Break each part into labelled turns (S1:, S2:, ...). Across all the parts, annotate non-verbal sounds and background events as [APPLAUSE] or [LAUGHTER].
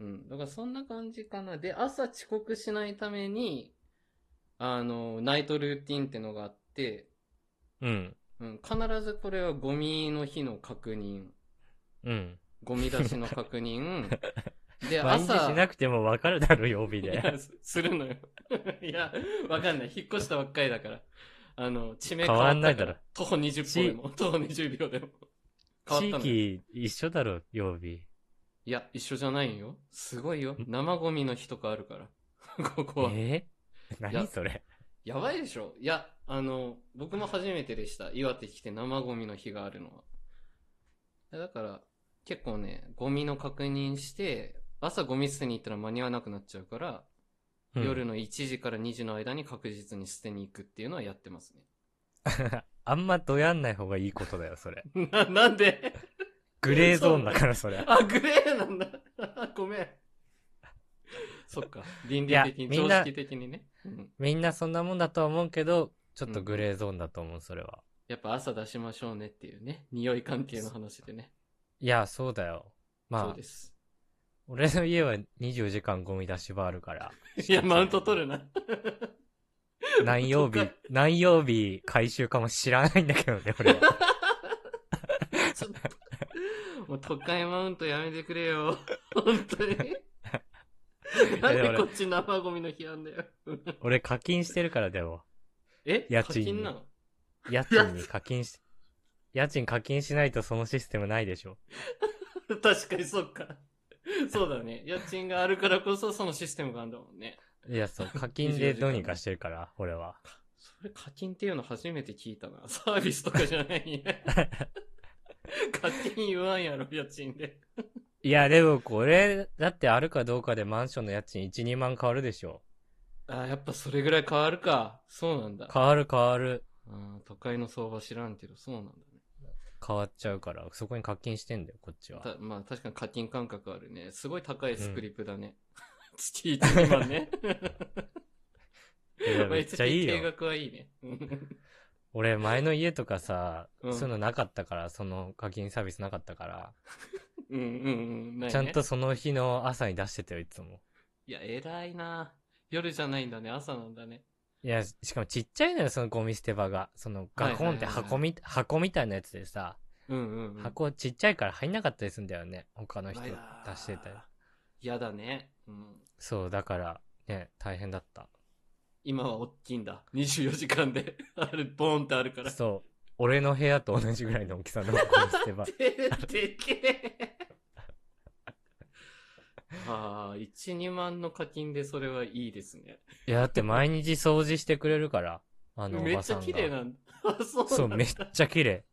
S1: うん。だからそんな感じかな。で、朝遅刻しないために、あの、ナイトルーティンってのがあって、
S2: うん。
S1: うん、必ずこれはゴミの日の確認、
S2: うん。
S1: ゴミ出しの確
S2: [LAUGHS]
S1: 認、で、
S2: 毎日
S1: 朝、
S2: しなくてもわかるだろ、曜日
S1: [LAUGHS] い
S2: で。
S1: や、すするのよ。いや、わかんない。引っ越したばっかりだから。あの、地名
S2: 変
S1: 変
S2: わ
S1: わ
S2: ん
S1: ん
S2: な
S1: ないい
S2: だ
S1: だ
S2: ろ
S1: ら。徒歩20歩でも、徒歩20秒でも。
S2: 地
S1: 変わったのよ。
S2: 域一緒だろ、曜日。
S1: いや、一緒じゃないよ。すごいよ。生ゴミの日とかあるから。 [LAUGHS] ここは。
S2: えー
S1: いや
S2: 何それ
S1: やばいでしょいや、あの、僕も初めてでした。岩手来て生ゴミの日があるのは。いやだから、結構ね、ゴミの確認して、朝ゴミ捨てに行ったら間に合わなくなっちゃうから、
S2: うん
S1: 夜の1時から2時の間に確実に捨てに行くっていうのはやってます
S2: あんまどやんない方がいいことだよ、それ。
S1: ね。 [LAUGHS] な、なんで
S2: グレーゾーンだから、そ
S1: [LAUGHS]
S2: れ。
S1: あ、グレーなんだ。ごめん。そっか。倫理的に、
S2: いやみんな
S1: 常識的にね。うん
S2: みんなそんなもんだとは思うけど、ちょっとグレーゾーンだと思う、それは。
S1: やっぱ朝出しましょうねっていうね。匂い関係の話でね。
S2: いや、そうだよ。
S1: そう
S2: まあ
S1: で、す。
S2: 俺の家は24時間ゴミ出し場ある
S1: [LAUGHS]
S2: から、
S1: いや、マウント取るな。
S2: 何曜日
S1: 本当か、
S2: 何曜日回収かも知らないんだけどね、俺
S1: [LAUGHS]
S2: は。
S1: ちょっと。 [LAUGHS] もう都会マウントやめてくれよ。本当に。なん
S2: いやで
S1: で
S2: もね
S1: こっち生ゴミの日あんだよ。
S2: 俺課金してるから、でも。
S1: え
S2: 家
S1: 課
S2: 賃
S1: 金なの [LAUGHS]
S2: 家賃に課金し、家賃課金しないとそのシステムないでしょ。
S1: 確かにそっか。そうだね。家賃があるからこそそのシステムがあるんだもんね。
S2: い
S1: [LAUGHS]
S2: や、そう、課金でどうにかしてるから、俺は。
S1: それ課金っていうの初めて聞いたな。サービスとかじゃない
S2: [LAUGHS]
S1: ね。課金言わんやろ、家賃で。
S2: いや、でもこれ、だってあるかどうかでマンションの家賃1、2万変わるでしょ。
S1: あーやっぱそれぐらい変わるか。そうなんだ。
S2: 変わる変わる。
S1: うん都会の相場知らんけど、そうなんだね。
S2: 変わっちゃうから、そこに課金してんだよ、こっちは。
S1: たまあ確かに課金感覚あるね。すごい高いスクリプだね。
S2: [LAUGHS]
S1: 月1万ね。
S2: いやめっちゃいい
S1: 計
S2: よ。
S1: 画はいいね。うん
S2: 俺、前の家とかさ、
S1: うん
S2: そういうのなかったから、その課金サービスなかったから、
S1: うんうんうん。
S2: ちゃんと
S1: ないね。
S2: その日の朝に出してたよ、いつも。
S1: いや、偉いな夜じゃないんだね、朝なんだね。
S2: いや、ししかもちっちゃいのよ、そのゴミ捨て場が。そのガコンって
S1: はいはいはいはい
S2: 箱み、箱みたいなやつでさ、
S1: うんうん、うん。
S2: 箱ちっちゃいから入んなかったりするんだよね。他の人
S1: あ
S2: 出
S1: らー
S2: してたり。
S1: 嫌だね。うん。
S2: そう、だから、ね、大変だった。
S1: 今は大きいんだ。24時間で。 [LAUGHS] あれ、ボーンってあるから。。
S2: そう、俺の部屋と同じぐらいの大きさのゴミ捨て
S1: [LAUGHS]
S2: 場
S1: ででけえ。 [LAUGHS] ああ、1、2万の課金でそれはいいですね。
S2: いや、だって毎日掃除してくれるから、あのお
S1: めっ
S2: ば
S1: ち
S2: さん
S1: ゃ
S2: が。
S1: 綺麗なんだ。 [LAUGHS] あ、そうなんだ。
S2: そう、めっちゃ綺麗。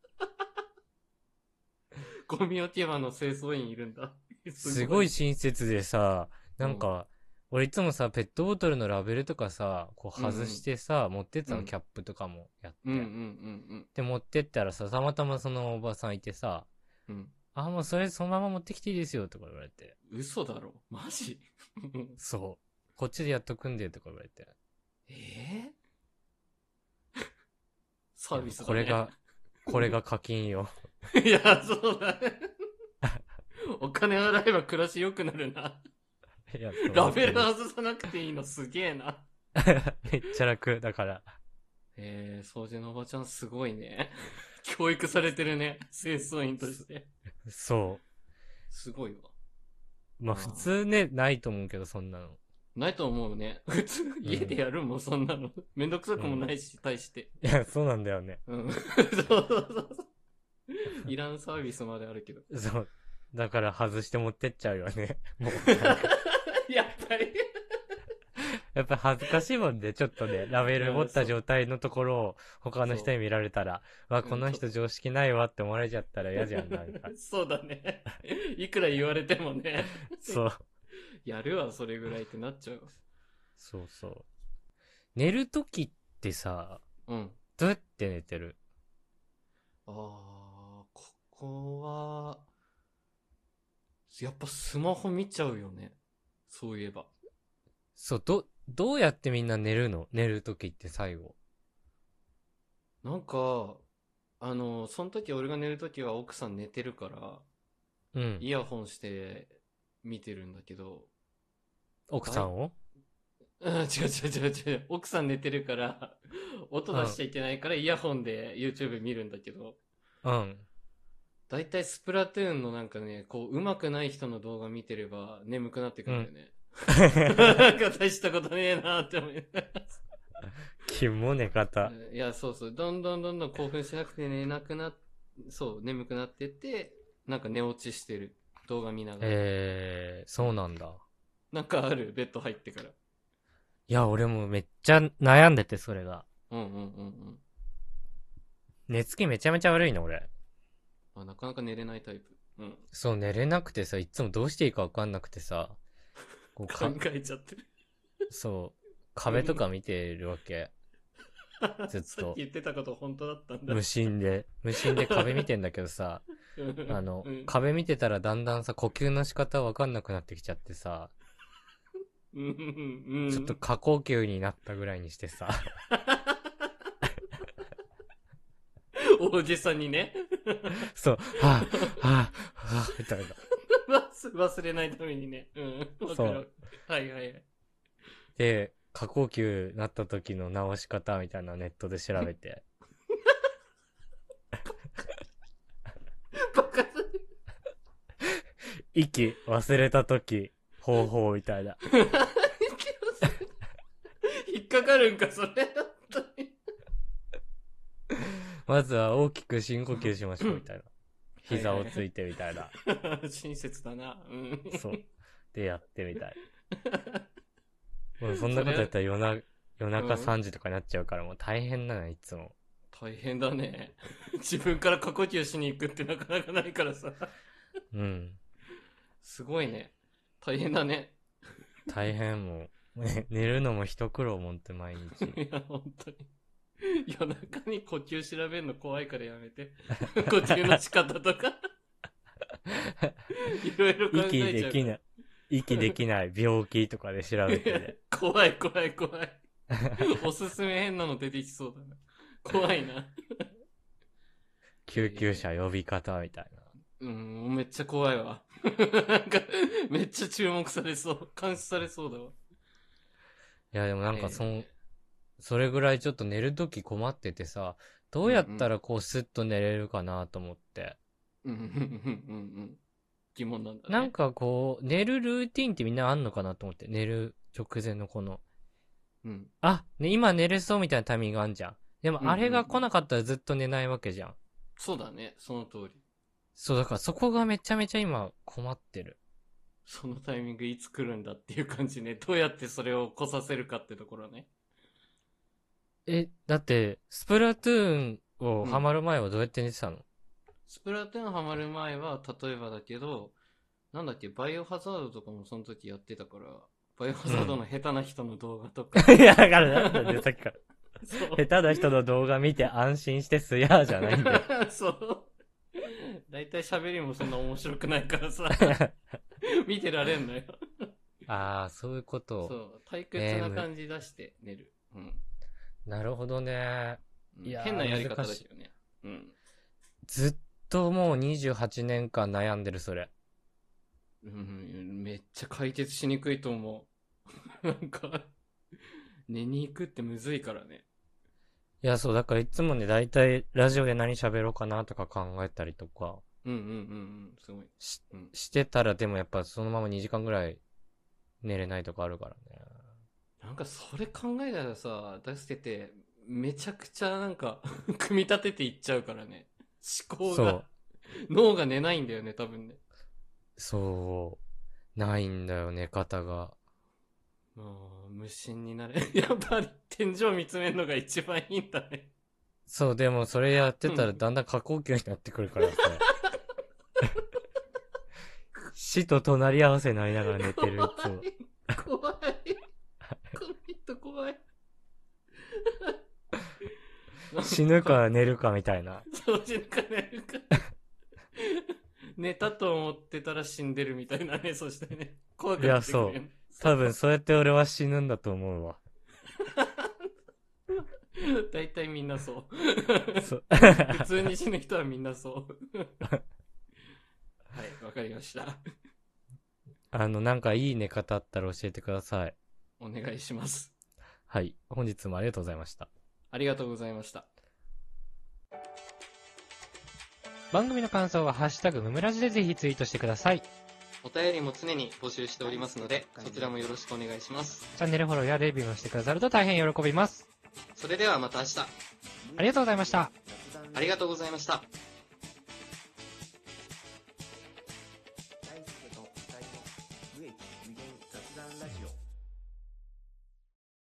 S1: ゴミ置き場の清掃員いるんだ。
S2: [LAUGHS] すごい。親切でさ、なんか、俺いつもさ、ペットボトルのラベルとかさ、こう外してさ、持ってった
S1: う
S2: の、
S1: ん
S2: キャップとかもやって。
S1: うんうんうん
S2: で、持ってったらさ、たまたまそのおばさんいてさ、
S1: うん。うん。
S2: あ、もうそれそのまま持ってきていいですよ、とか言われて。
S1: 嘘だろマ
S2: [LAUGHS]
S1: ジ
S2: そう。こっちでやっとくんで、とか言われて。
S1: ええ [LAUGHS] サービスだ、ね、
S2: これ [LAUGHS] が。、これが課金よ。 [LAUGHS]
S1: [LAUGHS] いや、そうだね。 [LAUGHS] お金払えば暮らし良くなるな。
S2: いや
S1: ラベル外さなくていいのすげえな。
S2: [LAUGHS] めっちゃ楽。だから、
S1: えー、掃除のおばちゃんすごいね。 [LAUGHS] 教育されてるね。清掃員として。
S2: そ
S1: すごいわ。
S2: う。まあ
S1: あー
S2: 普通ね、ないと思うけど、そんなの。
S1: ないと思うね。普通、家でやるもん、そんなの。めんどくさくもないし、対して。
S2: いや、そうなんだよね。
S1: うん。 [LAUGHS] そうそうそうそう。いらんサービスまであるけど。
S2: そう。だから外して持ってっちゃうよね。 [LAUGHS] もうなんか。
S1: [LAUGHS] やっぱり。
S2: やっぱ恥ずかしいもんで、ちょっとね、 [LAUGHS] ラベル持った状態のところを他の人に見られたら、わ、この人常識ないわって思われちゃったら嫌じゃん、なんか。
S1: そうだね。 [LAUGHS] いくら言われてもね。
S2: そう。
S1: やるわ、それぐらいってなっちゃうわ。
S2: そうそう。寝るときってさ、
S1: うん。
S2: どうやって寝てる
S1: あー、ここは、やっぱスマホ見ちゃうよね。そういえば。
S2: そう、ど、どうやってみんな寝るの寝るときって最後。
S1: なんか、あの、その時俺が寝る時は奥さん寝てるから、
S2: うん。
S1: イヤホンして見てるんだけど、
S2: 奥さんを、
S1: うん、違う違う違う違う。奥さん寝てるから、 [LAUGHS] 音出しちゃいけないからイヤホンで YouTube 見るんだけど、
S2: うん。
S1: だいたいスプラトゥーンのなんかね、こう、上手くない人の動画見てれば眠くなってくるんだよね。 [LAUGHS] なんか大したことねえなって思い
S2: キモ寝方。
S1: いや、そうそう。どんどんどんどん興奮しなくて寝なくなっ、そう、眠くなってって、なんか寝落ちしてる。動画見ながら。
S2: えー、そうなんだ。
S1: なんかある、ベッド入ってから。
S2: いや、俺もめっちゃ悩んでて、それが。
S1: うんうんうんうん。
S2: 寝つきめちゃめちゃ悪いの、俺。
S1: あ、なかなか寝れないタイプ。うん。
S2: そう、寝れなくてさ、いつもどうしていいかわかんなくてさ、こう
S1: 考 [LAUGHS]
S2: か
S1: えちゃってる。
S2: そう、壁とか見てるわけ。 [LAUGHS] ずっと
S1: さっき言ってたこと本当だったんだ。
S2: 無心で。無心で壁見てんだけどさ、
S1: うん
S2: あの、
S1: うん
S2: 壁見てたらだんだんさ、呼吸の仕方わかんなくなってきちゃってさ、
S1: うんうんうん
S2: ちょっと過呼吸になったぐらいにしてさ、
S1: 大げさにね。 [LAUGHS]
S2: そう、はぁ、はぁ、はぁ、みたいな。
S1: 忘忘れないためにね。うん。わかるわかるはいはいはい。
S2: で、過呼吸なった時の直し方みたいなのネットで調べて。
S1: バカだ
S2: 息忘れた時、方法みたいな。
S1: [LAUGHS] 引っかかるんか、それ。本当に
S2: まずは大きく深呼吸しましょうみたいな。膝をついてみたいな。
S1: [LAUGHS] 親切だな。うん。
S2: そう。で、やってみたい。もうそんなことやったら夜な、夜中
S1: うん
S2: 3時とかになっちゃうからもう大変なの、いつも。
S1: 大変だね。自分から過呼吸しに行くってなかなかないからさ。
S2: うん。
S1: すごいね。大変だね。
S2: 大変もう。ね寝るのも一苦労もんって毎日。
S1: いや、本当に。夜中に呼吸調べるの怖いからやめて。
S2: [LAUGHS]
S1: 呼吸の仕方とか。いろいろ考えち
S2: 息
S1: ゃう。
S2: できない。息できない病気とかで調べてね、
S1: [LAUGHS] 怖い怖い怖い。おすすめ変なの出てきそうだな。怖いな。
S2: 救急車呼び方みたいな。
S1: うん、めっちゃ怖いわ。なんか、めっちゃ注目されそう。監視されそうだわ。
S2: いや、でもなんかそ
S1: え
S2: ん
S1: え、
S2: それぐらいちょっと寝るとき困っててさ、どうやったらこうスッと寝れるかなと思って。
S1: うん、うん、うん、うんうん。疑問なんだね。
S2: なんかこう、寝るルーティンってみんなあんのかなと思って、寝る直前のこの、
S1: うん。
S2: あ、ね、今寝れそうみたいなタイミングあんじゃん。で
S1: うんうん
S2: も
S1: うん
S2: あれが来なかったらずっと寝ないわけじゃん。
S1: そうだね。その通り。
S2: そう、だからそこがめちゃめちゃ今困ってる。
S1: そのタイミングいつ来るんだっていう感じね。どうやってそれを来させるかってところね。
S2: え、だって、スプラトゥーン
S1: う
S2: を
S1: ん
S2: ハマる前はどうやって寝てたの、
S1: スプラトゥーンハマる前は、例えばだけど、なんだっけ、バイオハザードとかもその時やってたから、バイオハザードの下手な人の動画とか。
S2: いや、だからなんだ [LAUGHS] ね、さっきから。
S1: そう
S2: 下手な人の動画見て安心してすやーじゃないんだ
S1: [LAUGHS]
S2: よ。
S1: そう。大体喋りもそんな面白くないからさ、見てられんのよ。
S2: [LAUGHS] ああ、そういうこ
S1: そう、
S2: と。
S1: 退屈な感じ出して寝る。うん
S2: なるほどね。
S1: うん
S2: いやー
S1: 変なやり方だけどね。うん。
S2: ずっともう28年間悩んでる、それ。
S1: うん、めっちゃ解決しにくいと思う。 [LAUGHS] なんか、寝に行くってむずいからね。
S2: いや、そう、だからいつもね、だいたいラジオで何喋ろうかなとか考えたりとか
S1: うんうんうんうん、すごい。
S2: し
S1: うん、
S2: してたら、でもやっぱそのまま2時間ぐらい寝れないとかあるからね。
S1: なんかそれ考えたらさ、出してて、めちゃくちゃなんか、 [LAUGHS] 組み立てていっちゃうからね。思考
S2: そ
S1: が
S2: う。。
S1: 脳が寝ないんだよね、多分ね。
S2: そう。ないんだよ、寝方が。
S1: もう、無心になれ。 [LAUGHS] やっぱり、天井見つめるのが一番いいんだね。
S2: そう、でもそれやってた
S1: う
S2: ら
S1: ん
S2: だんだん過呼吸になってくるからさ。 [LAUGHS] 死と隣り合わせになりながら寝てる、いつも。
S1: 怖い。怖い。この人怖い。
S2: 死ぬか寝るかみたいな。
S1: そう死ぬか寝るか。寝たと思ってたら死んでるみたいなね、そしてね。怖くなってくるよね、
S2: いや多分そうやって俺は死ぬんだと思うわ。
S1: そう。大体みんなそう。
S2: そう
S1: 普通に死ぬ人はみんなそう。はい、わかりました。
S2: あの、なんかいい寝方あったら教えてください。
S1: お願いします。
S2: はい。本日もありがとうございました。
S1: ありがとうございました。
S2: 番組の感想はハッシュタグムムラジでぜひツイートしてください。チ
S1: お便りも常に募集しておりますので、そちらもよろしくお願いします。
S2: ャンネルフォローやレビューもしてくださると大変喜びます。
S1: それではまた明日、
S2: ありがとうございました。
S1: ありがとうございました。